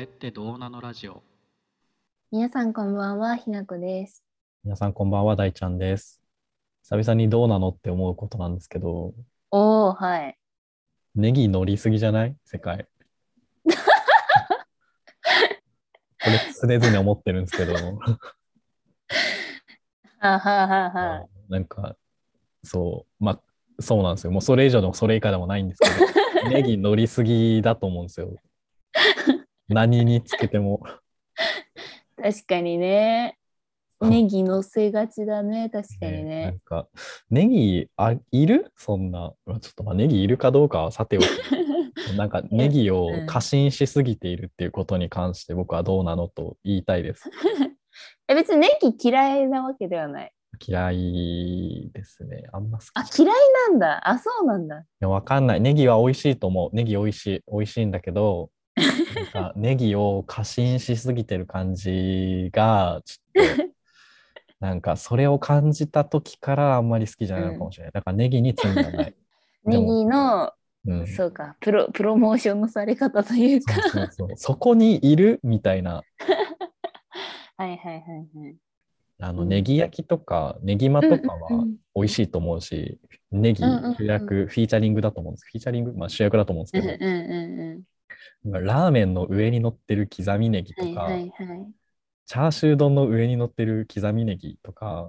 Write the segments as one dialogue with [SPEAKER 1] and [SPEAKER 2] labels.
[SPEAKER 1] ってどうなのラジオ
[SPEAKER 2] 皆さんこんばんは、ひなこです。
[SPEAKER 3] 皆さんこんばんは、大ちゃんです。久々にどうなのって思うことなんですけど、
[SPEAKER 2] おお、はい。
[SPEAKER 3] ネギ乗りすぎじゃない 世界。これ常々思ってるんですけど、
[SPEAKER 2] はあ、はあはあはあ、
[SPEAKER 3] なんか、そう、まあ、そうなんですよ。もうそれ以上でもそれ以下でもないんです けど、ネギ乗りすぎだと思うんですよ。何につけても。
[SPEAKER 2] 確かにね。ネギ乗せがちだね、確かに
[SPEAKER 3] ねなん
[SPEAKER 2] ね。
[SPEAKER 3] か、ネギあいるそんな、まあちょっとまあネギいるかどうかはさておき、なんかネギを
[SPEAKER 2] うん
[SPEAKER 3] 過信しすぎているっていうことに関して僕はどうなのと言いたいです。
[SPEAKER 2] え別にネギ嫌いなわけではない。
[SPEAKER 3] 嫌いですね。あんま好き
[SPEAKER 2] あ、
[SPEAKER 3] じゃない
[SPEAKER 2] 嫌い
[SPEAKER 3] い
[SPEAKER 2] なんだ。あ、そうなんだ。
[SPEAKER 3] や。わかんない。ネギは美味しいと思う。ネギ美味しい。美味しいんだけど、な んかネギを過信しすぎてる感じが、ちょっと、 なんかそれを感じた時からあんまり好きじゃないのかもしれない。だからネギに罪はない。
[SPEAKER 2] ネギの、
[SPEAKER 3] うん、
[SPEAKER 2] そうか、プロ、プロモーションのされ方というか。
[SPEAKER 3] そうそうそうそこにいるみたいな
[SPEAKER 2] はいはいはいはい。
[SPEAKER 3] あの
[SPEAKER 2] うん
[SPEAKER 3] ネギ焼きとかネギマとか
[SPEAKER 2] うんう
[SPEAKER 3] は
[SPEAKER 2] ん
[SPEAKER 3] 美味しいと思うし、ネギ
[SPEAKER 2] うんうんうん
[SPEAKER 3] 主役、フィーチャリングだと思うんですフィーチャリング、まあ、主役だと思うん
[SPEAKER 2] う
[SPEAKER 3] で
[SPEAKER 2] ん
[SPEAKER 3] す
[SPEAKER 2] う
[SPEAKER 3] け
[SPEAKER 2] んう
[SPEAKER 3] ど、ラーメンの上に乗ってる刻みネギと
[SPEAKER 2] んうん。
[SPEAKER 3] か、
[SPEAKER 2] はいはいはい。
[SPEAKER 3] チャーシュー丼の上に乗ってる刻みネギ とか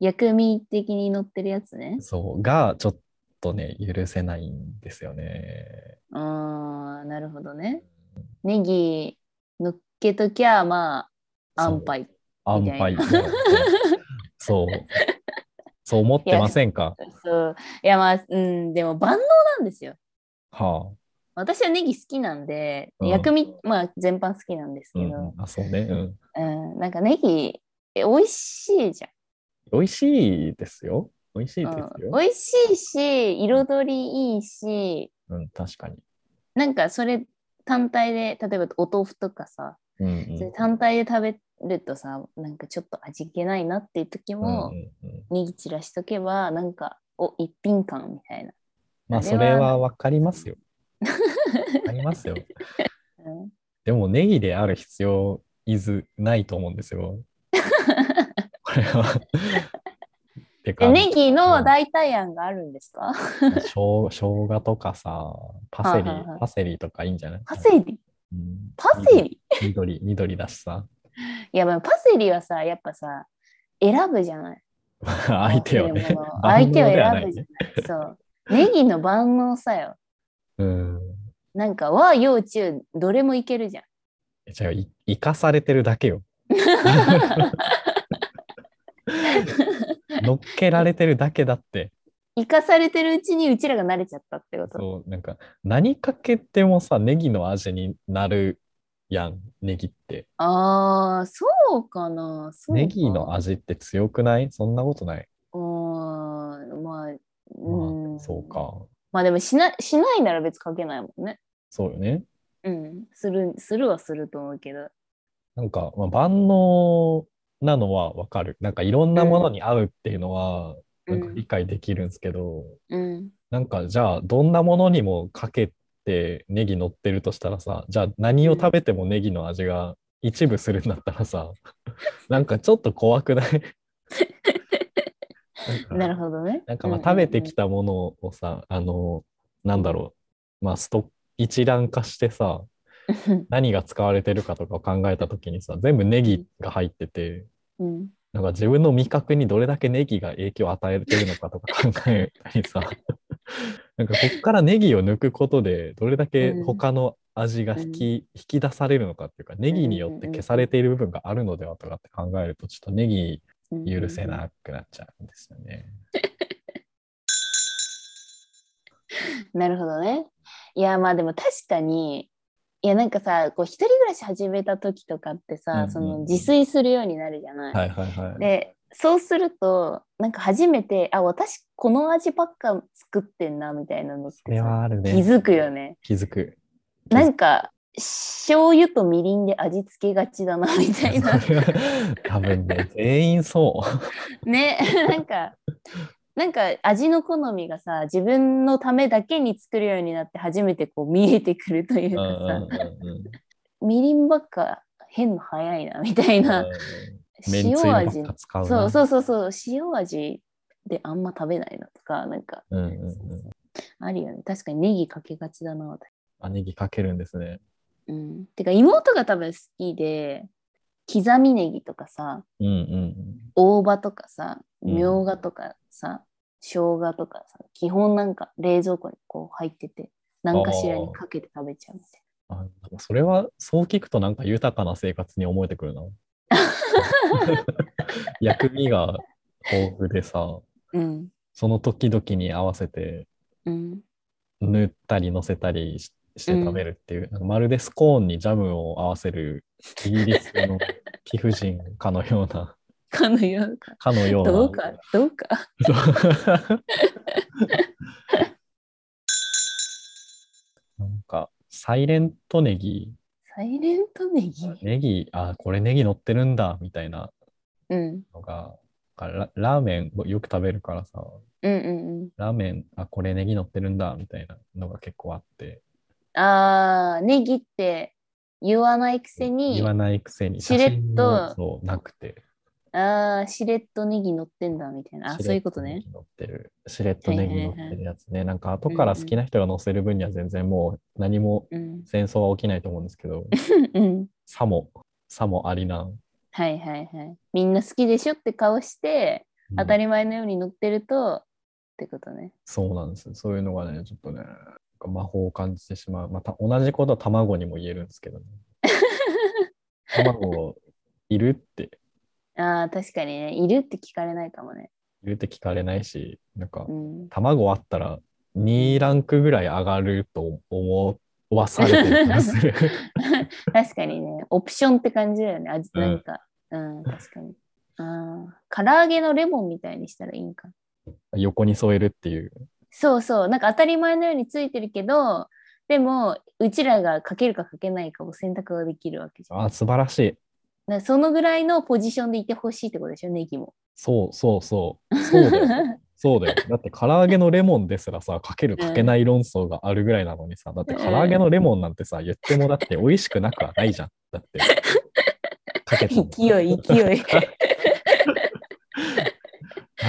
[SPEAKER 2] 薬味的に乗ってるやつね。
[SPEAKER 3] そうがちょっとね許せないんですよね。
[SPEAKER 2] ああ、なるほどね。ネギ乗っけときゃ、まあ、
[SPEAKER 3] そう
[SPEAKER 2] 安牌。
[SPEAKER 3] 安
[SPEAKER 2] みたい
[SPEAKER 3] 牌
[SPEAKER 2] な
[SPEAKER 3] そうそう思ってませんか
[SPEAKER 2] そう。いや、まあ、うん、でも万能なんですよ。
[SPEAKER 3] は
[SPEAKER 2] 私はネギ好きなんで、
[SPEAKER 3] うん
[SPEAKER 2] 薬味、まあ、全般好きなんです
[SPEAKER 3] あ、
[SPEAKER 2] け
[SPEAKER 3] うん
[SPEAKER 2] ど、
[SPEAKER 3] あそうね、うん、
[SPEAKER 2] うん、なんかネギ、え美味しいじゃん。
[SPEAKER 3] 美味しいですよ美味しいですよ、
[SPEAKER 2] うん、美味しいし、彩りいいし、
[SPEAKER 3] うん、確かに。
[SPEAKER 2] なんかそれ単体で、例えばお豆腐とかさ、
[SPEAKER 3] うんう
[SPEAKER 2] それ
[SPEAKER 3] ん
[SPEAKER 2] 単体で食べるとさ、なんかちょっと味気ないなっていう時も、
[SPEAKER 3] うんうんうん
[SPEAKER 2] ネギ散らしとけば、なんか、お、一品感みたいな。
[SPEAKER 3] まあ、それはわか りますよ。わかりますよ。
[SPEAKER 2] うん
[SPEAKER 3] でも、ネギである必要、いずないと思うんですよ。これは。て
[SPEAKER 2] で
[SPEAKER 3] か、
[SPEAKER 2] ネギの代替案があるんですか
[SPEAKER 3] しょう生姜とかさ、パセリ
[SPEAKER 2] はいはいは、い
[SPEAKER 3] パセリとかいいんじゃない
[SPEAKER 2] パセリ
[SPEAKER 3] うん
[SPEAKER 2] パセリ
[SPEAKER 3] 緑、緑だし さ。
[SPEAKER 2] いやまあパセリはさやっぱさ選ぶじゃない
[SPEAKER 3] 相手を
[SPEAKER 2] 選
[SPEAKER 3] ね
[SPEAKER 2] ぶもの。
[SPEAKER 3] 万
[SPEAKER 2] 相
[SPEAKER 3] 能
[SPEAKER 2] 手を
[SPEAKER 3] ではな
[SPEAKER 2] 選ぶ
[SPEAKER 3] い
[SPEAKER 2] じゃ
[SPEAKER 3] ね。
[SPEAKER 2] ないそうネギの万能さよ
[SPEAKER 3] うん。
[SPEAKER 2] なんか和洋中どれもいけるじゃん
[SPEAKER 3] えじゃあ、い生かされてるだ けよ。乗っけられてるだけだって。
[SPEAKER 2] 生かされてるうちにうちらが慣れちゃったってこと
[SPEAKER 3] そう、なんか、何かけてもさ、ネギの味になるやん、ネギって。
[SPEAKER 2] あーそうかなそうか
[SPEAKER 3] ネギの味って強くないそんなことない。
[SPEAKER 2] うーんまあ
[SPEAKER 3] まあ、
[SPEAKER 2] うん
[SPEAKER 3] そうか。
[SPEAKER 2] まあでもしなしないなら別かけないもんね
[SPEAKER 3] そうよね。
[SPEAKER 2] うんするするはすると思うけど
[SPEAKER 3] なんか、まあ、万能なのはわかる。なんか、いろんなものに合うっていうのは、
[SPEAKER 2] う
[SPEAKER 3] なんか理
[SPEAKER 2] ん
[SPEAKER 3] 解できるんですけど、
[SPEAKER 2] うん
[SPEAKER 3] なんか、じゃあ、どんなものにもかけてネギ乗ってるとしたらさ、じゃあ、何を食べてもネギの味が一部するんだった らさ、なんかちょっと怖くないなんか
[SPEAKER 2] なるほどね。
[SPEAKER 3] なんかまあ食べてき
[SPEAKER 2] た。
[SPEAKER 3] たものをさ、あの、なんだろう、まあスト一覧化してさ、何が使われてるかとかを考えたときにさ、全部ネギが入ってて、
[SPEAKER 2] うん
[SPEAKER 3] なんか自分の味覚にどれだけネギが影響を与えてるのかとか 考えたりさ、 なんかこっからネギを抜くことで、どれだけ他の味が引き,、引き出されるのかっていうか、ネギによって消されている部分があるのではとかって考えると、ちょっとネギ
[SPEAKER 2] うん
[SPEAKER 3] 許せ。なくなっちゃうんですよね。
[SPEAKER 2] なるほどね。いやまあでも確かにいやなんかさこう一人暮らし始めた時とかってさ、
[SPEAKER 3] うんうん
[SPEAKER 2] その自炊するようになるじゃない。
[SPEAKER 3] はいはいはい。
[SPEAKER 2] でそうするとなんか初めてあ私この味ばっか作ってんなみたいなのっ
[SPEAKER 3] それ
[SPEAKER 2] てさ
[SPEAKER 3] はあるね。
[SPEAKER 2] 気づくよね。
[SPEAKER 3] 気づく。
[SPEAKER 2] なんか醤油とみりんで味付けがちだなみたいな。
[SPEAKER 3] 多分ね、全員そう。
[SPEAKER 2] ね なんかなんか味の好みがさ自分のためだけに作るようになって初めてこう見えてくるという
[SPEAKER 3] うんう
[SPEAKER 2] か
[SPEAKER 3] ん
[SPEAKER 2] さ
[SPEAKER 3] うんうん
[SPEAKER 2] みりんばっか変の早いなみたいな、
[SPEAKER 3] めんつゆ
[SPEAKER 2] 塩
[SPEAKER 3] ば
[SPEAKER 2] 味
[SPEAKER 3] っか使うな。
[SPEAKER 2] そうそうそうそう塩味であんま食べないのとかなんか
[SPEAKER 3] うんうんうん。
[SPEAKER 2] あるよね確かにネギかけがちだな私
[SPEAKER 3] あ、ネギかけるんですね。
[SPEAKER 2] うんてか妹が多分好きで刻みネギとかさ
[SPEAKER 3] うんうん
[SPEAKER 2] 大葉とかさ
[SPEAKER 3] うん
[SPEAKER 2] みょうがとかさ、生姜とかさ基本なんか冷蔵庫にこう入ってて何かしらにかけて食べちゃうみたい
[SPEAKER 3] うん。あ、なんかそれは、そう聞くとなんか豊かな生活に思えてくるな。薬味が豊富でさ、
[SPEAKER 2] なうん
[SPEAKER 3] その時々に合わせて
[SPEAKER 2] うん
[SPEAKER 3] 塗ったり乗せたりしして
[SPEAKER 2] うん
[SPEAKER 3] 食べるっていう、なんかまるでスコーンにジャムを合わせるイギリスの貴婦人かのような、
[SPEAKER 2] かのようか
[SPEAKER 3] かのような。
[SPEAKER 2] どうかどうか
[SPEAKER 3] そう なんか、サイレントネギ、
[SPEAKER 2] サイレントネギ
[SPEAKER 3] ネギ、あ、これネギ乗ってるんだ、みたいな
[SPEAKER 2] うん
[SPEAKER 3] のが、あララーメンよく食べるからさ、
[SPEAKER 2] うんうんう
[SPEAKER 3] ラーメン、あ、これネギ乗ってるんだ、みたいなのが結構あって、
[SPEAKER 2] んあーネギって言わないくせに
[SPEAKER 3] 言わないくせに、
[SPEAKER 2] しれっと
[SPEAKER 3] 写真もそうなくて、
[SPEAKER 2] ああ、しれっとネギ乗ってんだみたいな。あそういうことね。
[SPEAKER 3] しれっネギ乗ってる。しれっとネギ乗ってるやつね。なんか、後から好きな人が乗せる分には全然もう何も
[SPEAKER 2] うん。
[SPEAKER 3] 戦争は起きないと思うんですけど、
[SPEAKER 2] うん。
[SPEAKER 3] さも、さもありなん。
[SPEAKER 2] はいはいはい。みんな好きでしょって顔して、当た
[SPEAKER 3] り
[SPEAKER 2] り前のように乗ってると、ってことね。
[SPEAKER 3] そうなんですよ。そういうのがね、ちょっとね、魔法を感じてしまう。また同じことは卵にも言えるんですけどね。卵いるって、
[SPEAKER 2] ああ、確かにね。いるって聞かれないかもね。
[SPEAKER 3] いるって聞かれないし、なんか
[SPEAKER 2] う、ん。
[SPEAKER 3] 卵あったら2ランクぐらい上がると思わされてる気がする。
[SPEAKER 2] 確かにね。オプションって感じだよね。味、
[SPEAKER 3] うん
[SPEAKER 2] なんか。うん、確かに。ああ、唐揚げのレモンみたいにしたらいいんか。
[SPEAKER 3] 横に添えるっていう。
[SPEAKER 2] そうそう。なんか当たり前のようについてるけど、でも、うちらがかけるかかけないかを選択ができるわけじゃん。
[SPEAKER 3] あ、素晴らし
[SPEAKER 2] だ
[SPEAKER 3] い。
[SPEAKER 2] からそのぐらいのポジションでいてほしいってことでしょ、ネギも。
[SPEAKER 3] そうそうそう。そうだよ。そうだよ。だって唐揚げのレモンですらさ、かけるかけない論争があるぐらいなのにさ、だって唐揚げのレモンなんてさ、言ってもだって美味しくなくはないじゃん。だ って。かけても
[SPEAKER 2] 勢い、勢 い。
[SPEAKER 3] な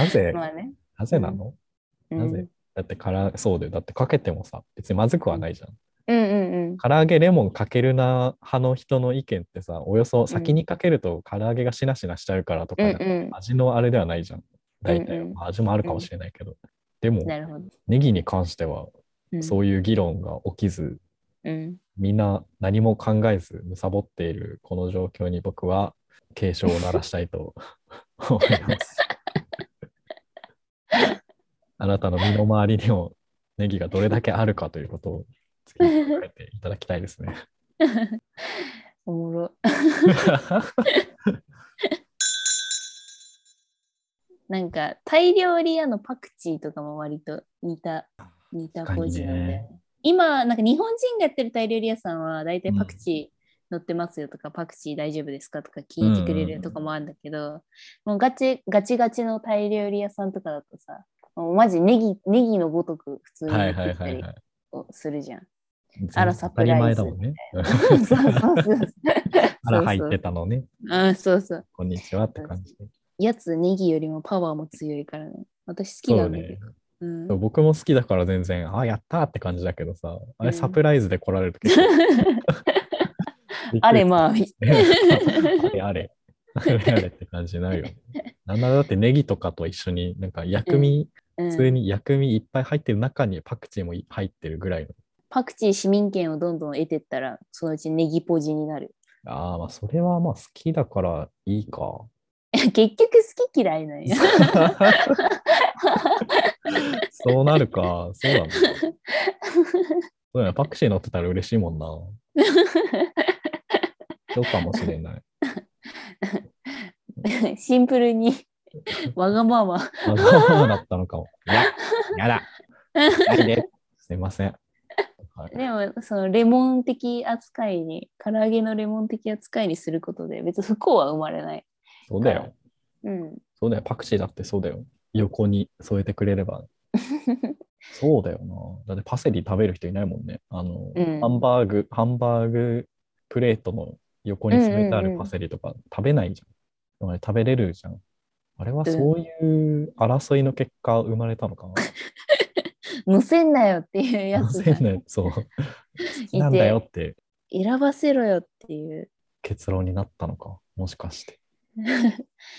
[SPEAKER 3] ぜ、
[SPEAKER 2] まあね。
[SPEAKER 3] なぜなの、
[SPEAKER 2] う、
[SPEAKER 3] なんぜだってから、そうだよ。だってかけてもさ、別にまずくはないじゃん。
[SPEAKER 2] うんうんうん。
[SPEAKER 3] 唐揚げレモンかけるな派の人の意見ってさ、およそ先にかけると唐揚げがしなしなしちゃうからとか、
[SPEAKER 2] うんう
[SPEAKER 3] 味のあれではないじゃん。大体は、
[SPEAKER 2] うんうん
[SPEAKER 3] まあ味もあるかもしれないけど。でも
[SPEAKER 2] ん。、なるほど。
[SPEAKER 3] ネギに関しては、
[SPEAKER 2] うん、
[SPEAKER 3] そういう議論が起きず、
[SPEAKER 2] うん。
[SPEAKER 3] みんな何も考えず、むさぼっているこの状況に僕は警鐘を鳴らした いと思います。あなたの身の回りにもネギがどれだけあるかということを次に考えていただきたいです ね。
[SPEAKER 2] おもろ。 なんか、タイ料理屋のパクチーとかも割と似た、似たポジなんで。
[SPEAKER 3] 確
[SPEAKER 2] 今、なんか日本人がやってるタイ料理屋さんは、大体パクチー乗ってますよとか、パクチー大丈夫ですかとか聞いてくれるとかもあるんだけど、もうガチガチガチのタイ料理屋さんとかだとさ、もうマジネギネギのごとく普通に
[SPEAKER 3] は
[SPEAKER 2] や
[SPEAKER 3] い
[SPEAKER 2] って
[SPEAKER 3] はい
[SPEAKER 2] きた
[SPEAKER 3] はい
[SPEAKER 2] り
[SPEAKER 3] はい。
[SPEAKER 2] するじゃん。 あら
[SPEAKER 3] 当たり前だもんね。
[SPEAKER 2] そうそうそうそう。
[SPEAKER 3] あら入ってたのね。
[SPEAKER 2] あそうそう。
[SPEAKER 3] こんにちはって感じで。
[SPEAKER 2] やつネギよりもパワーも強いからね。私好き
[SPEAKER 3] そ
[SPEAKER 2] な
[SPEAKER 3] うん
[SPEAKER 2] だけど
[SPEAKER 3] ね。。
[SPEAKER 2] うん
[SPEAKER 3] そう僕も好きだから全然、あ、やったーって感じだけどさ、あ
[SPEAKER 2] うん
[SPEAKER 3] れサプライズで来られると 結構
[SPEAKER 2] あれまあ、
[SPEAKER 3] あれあれ。あれあれって感じになるよね。なんならだってネギとかと一緒に、なんか薬味、
[SPEAKER 2] うん
[SPEAKER 3] 普通に薬味いっぱい入ってる中にパクチーも入ってるぐらいの。
[SPEAKER 2] パクチー市民権をどんどん得てったら、そのうちネギポジになる。
[SPEAKER 3] ああ、まあそれはまあ好きだからいい か。
[SPEAKER 2] 結局好き嫌い なんや。
[SPEAKER 3] そうなるか。そうだね。そうだね。パクチー乗ってたら嬉しいも んな。そうかもしれない。
[SPEAKER 2] シンプルに わがまま。
[SPEAKER 3] わがままだったのかも。や、やだ。ないですいません。はい
[SPEAKER 2] でも、そのレモン的扱いに、唐揚げのレモン的扱いにすることで、別に不幸は生まれない。
[SPEAKER 3] そうだよ。
[SPEAKER 2] うん。
[SPEAKER 3] そうだよ。パクチーだってそうだよ。横に添えてくれれば。そうだよな。だってパセリ食べる人いないもんね。あの、
[SPEAKER 2] うん
[SPEAKER 3] ハンバーグ、ハンバーグプレートの横に詰めてあるパセリとか食べないじゃん。あれ食べれるじゃん。あれはそういう争いの結果生まれたのかな。
[SPEAKER 2] 乗せんなよっていうやつ
[SPEAKER 3] せ
[SPEAKER 2] が
[SPEAKER 3] んなよそう。好きなんだよって
[SPEAKER 2] 選ばせろよっていう
[SPEAKER 3] 結論になったのか。もしかして。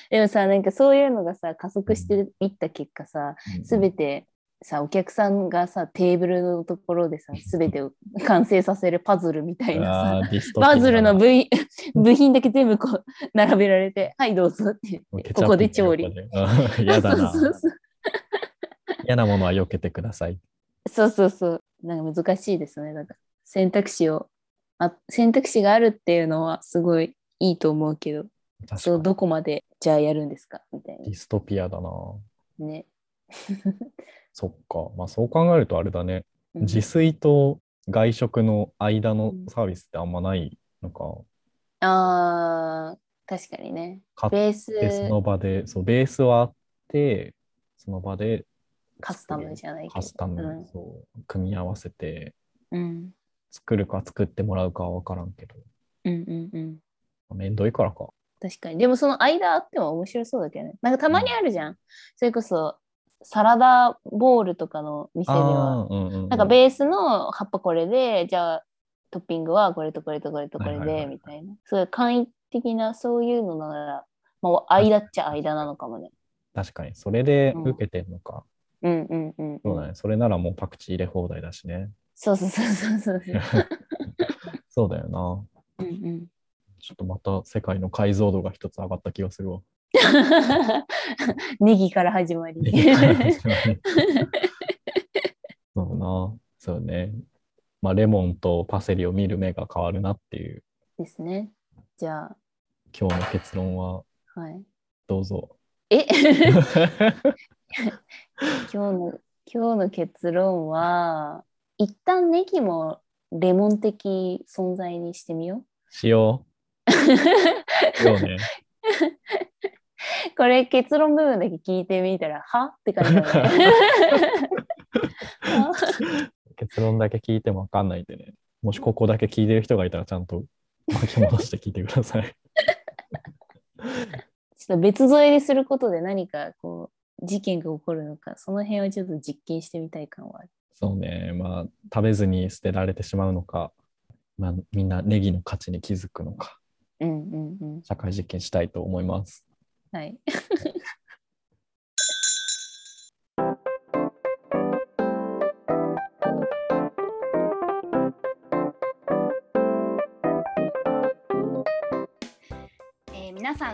[SPEAKER 2] でもさなんかそういうのがさ加速していった結果さ
[SPEAKER 3] うん
[SPEAKER 2] 全てさお客さんがさテーブルのところでさ全てを完成させるパズルみたいなさ
[SPEAKER 3] あーディストピアだ
[SPEAKER 2] パズルの部品 部品だけ全部こう並べられて「はいどうぞ」って言っ
[SPEAKER 3] ケ
[SPEAKER 2] て
[SPEAKER 3] チャ
[SPEAKER 2] ここ
[SPEAKER 3] ップ
[SPEAKER 2] で調理
[SPEAKER 3] み。たいなことで。あー嫌だな
[SPEAKER 2] そ。うそうそう
[SPEAKER 3] 嫌なものは避けてください。
[SPEAKER 2] そうそうそう。なんか難しいですね。だから選択肢をあ、選択肢があるっていうのはすごいいいと思うけど、
[SPEAKER 3] 確
[SPEAKER 2] そう
[SPEAKER 3] か
[SPEAKER 2] どこまでじゃあやるんですかみたい
[SPEAKER 3] にディストピアだな。
[SPEAKER 2] なね。
[SPEAKER 3] そっか。まあそう考えるとあれだね。
[SPEAKER 2] うん
[SPEAKER 3] 自炊と外食の間の
[SPEAKER 2] うん
[SPEAKER 3] サービスってあんまないのか。
[SPEAKER 2] あー確かにね。
[SPEAKER 3] 買っ
[SPEAKER 2] ベース
[SPEAKER 3] てその場で、そう、ベースはあって、その場で
[SPEAKER 2] カスタムじゃないけど。
[SPEAKER 3] カスタム、
[SPEAKER 2] うん
[SPEAKER 3] そう組み合わせて
[SPEAKER 2] うん
[SPEAKER 3] 作るか作ってもらうかは分からんけど、
[SPEAKER 2] うんうんうん。
[SPEAKER 3] めんどいからか。
[SPEAKER 2] 確かに。でもその間あっても面白そうだけどね。なんかたまにあるじゃん。それこそサラダボールとかの店では。
[SPEAKER 3] あー、うんうんう
[SPEAKER 2] なんかベースの葉っぱこれで、じゃあトッピングはこれとこれとこれとこれ
[SPEAKER 3] はいはいはい
[SPEAKER 2] でみたいな。そういう簡易的なそういうのなら、まあ、間っちゃ間なのかもね。
[SPEAKER 3] 確かに、それで受けてんのか。
[SPEAKER 2] うんうんうん、うん
[SPEAKER 3] そうだね。それならもうパクチー入れ放題だしね。
[SPEAKER 2] そうそうそうそうそう。
[SPEAKER 3] そうだよな。
[SPEAKER 2] うんうん、
[SPEAKER 3] ちょっとまた世界の解像度が一つ上がった気がするわ。
[SPEAKER 2] ネギから始まり。
[SPEAKER 3] そうな。そうね。まあ、レモンとパセリを見る目が変わるなっていう、
[SPEAKER 2] ですね。じゃあ、
[SPEAKER 3] 今日の結論は
[SPEAKER 2] はい。
[SPEAKER 3] どうぞ。
[SPEAKER 2] え今日の今日の結論は、一旦ネギもレモン的存在にしてみよ
[SPEAKER 3] しよ
[SPEAKER 2] う。
[SPEAKER 3] う。しようね。
[SPEAKER 2] これ結論部分だけ聞いてみたら、はって感じだね。 は
[SPEAKER 3] 結論だけ聞いても分かんないんでね。もしここだけ聞いてる人がいたら、ちゃんと巻き戻して聞いてください。
[SPEAKER 2] ちょっと別添えにすることで何かこう事件が起こるのか、その辺をちょっと実験してみたい感はある。
[SPEAKER 3] そうね。まあ、食べずに捨てられてしまうのか、まあ、みんなネギの価値に気づくのか、
[SPEAKER 2] うんうんうん。
[SPEAKER 3] 社会実験したいと思います。
[SPEAKER 2] はい。
[SPEAKER 1] えー皆さ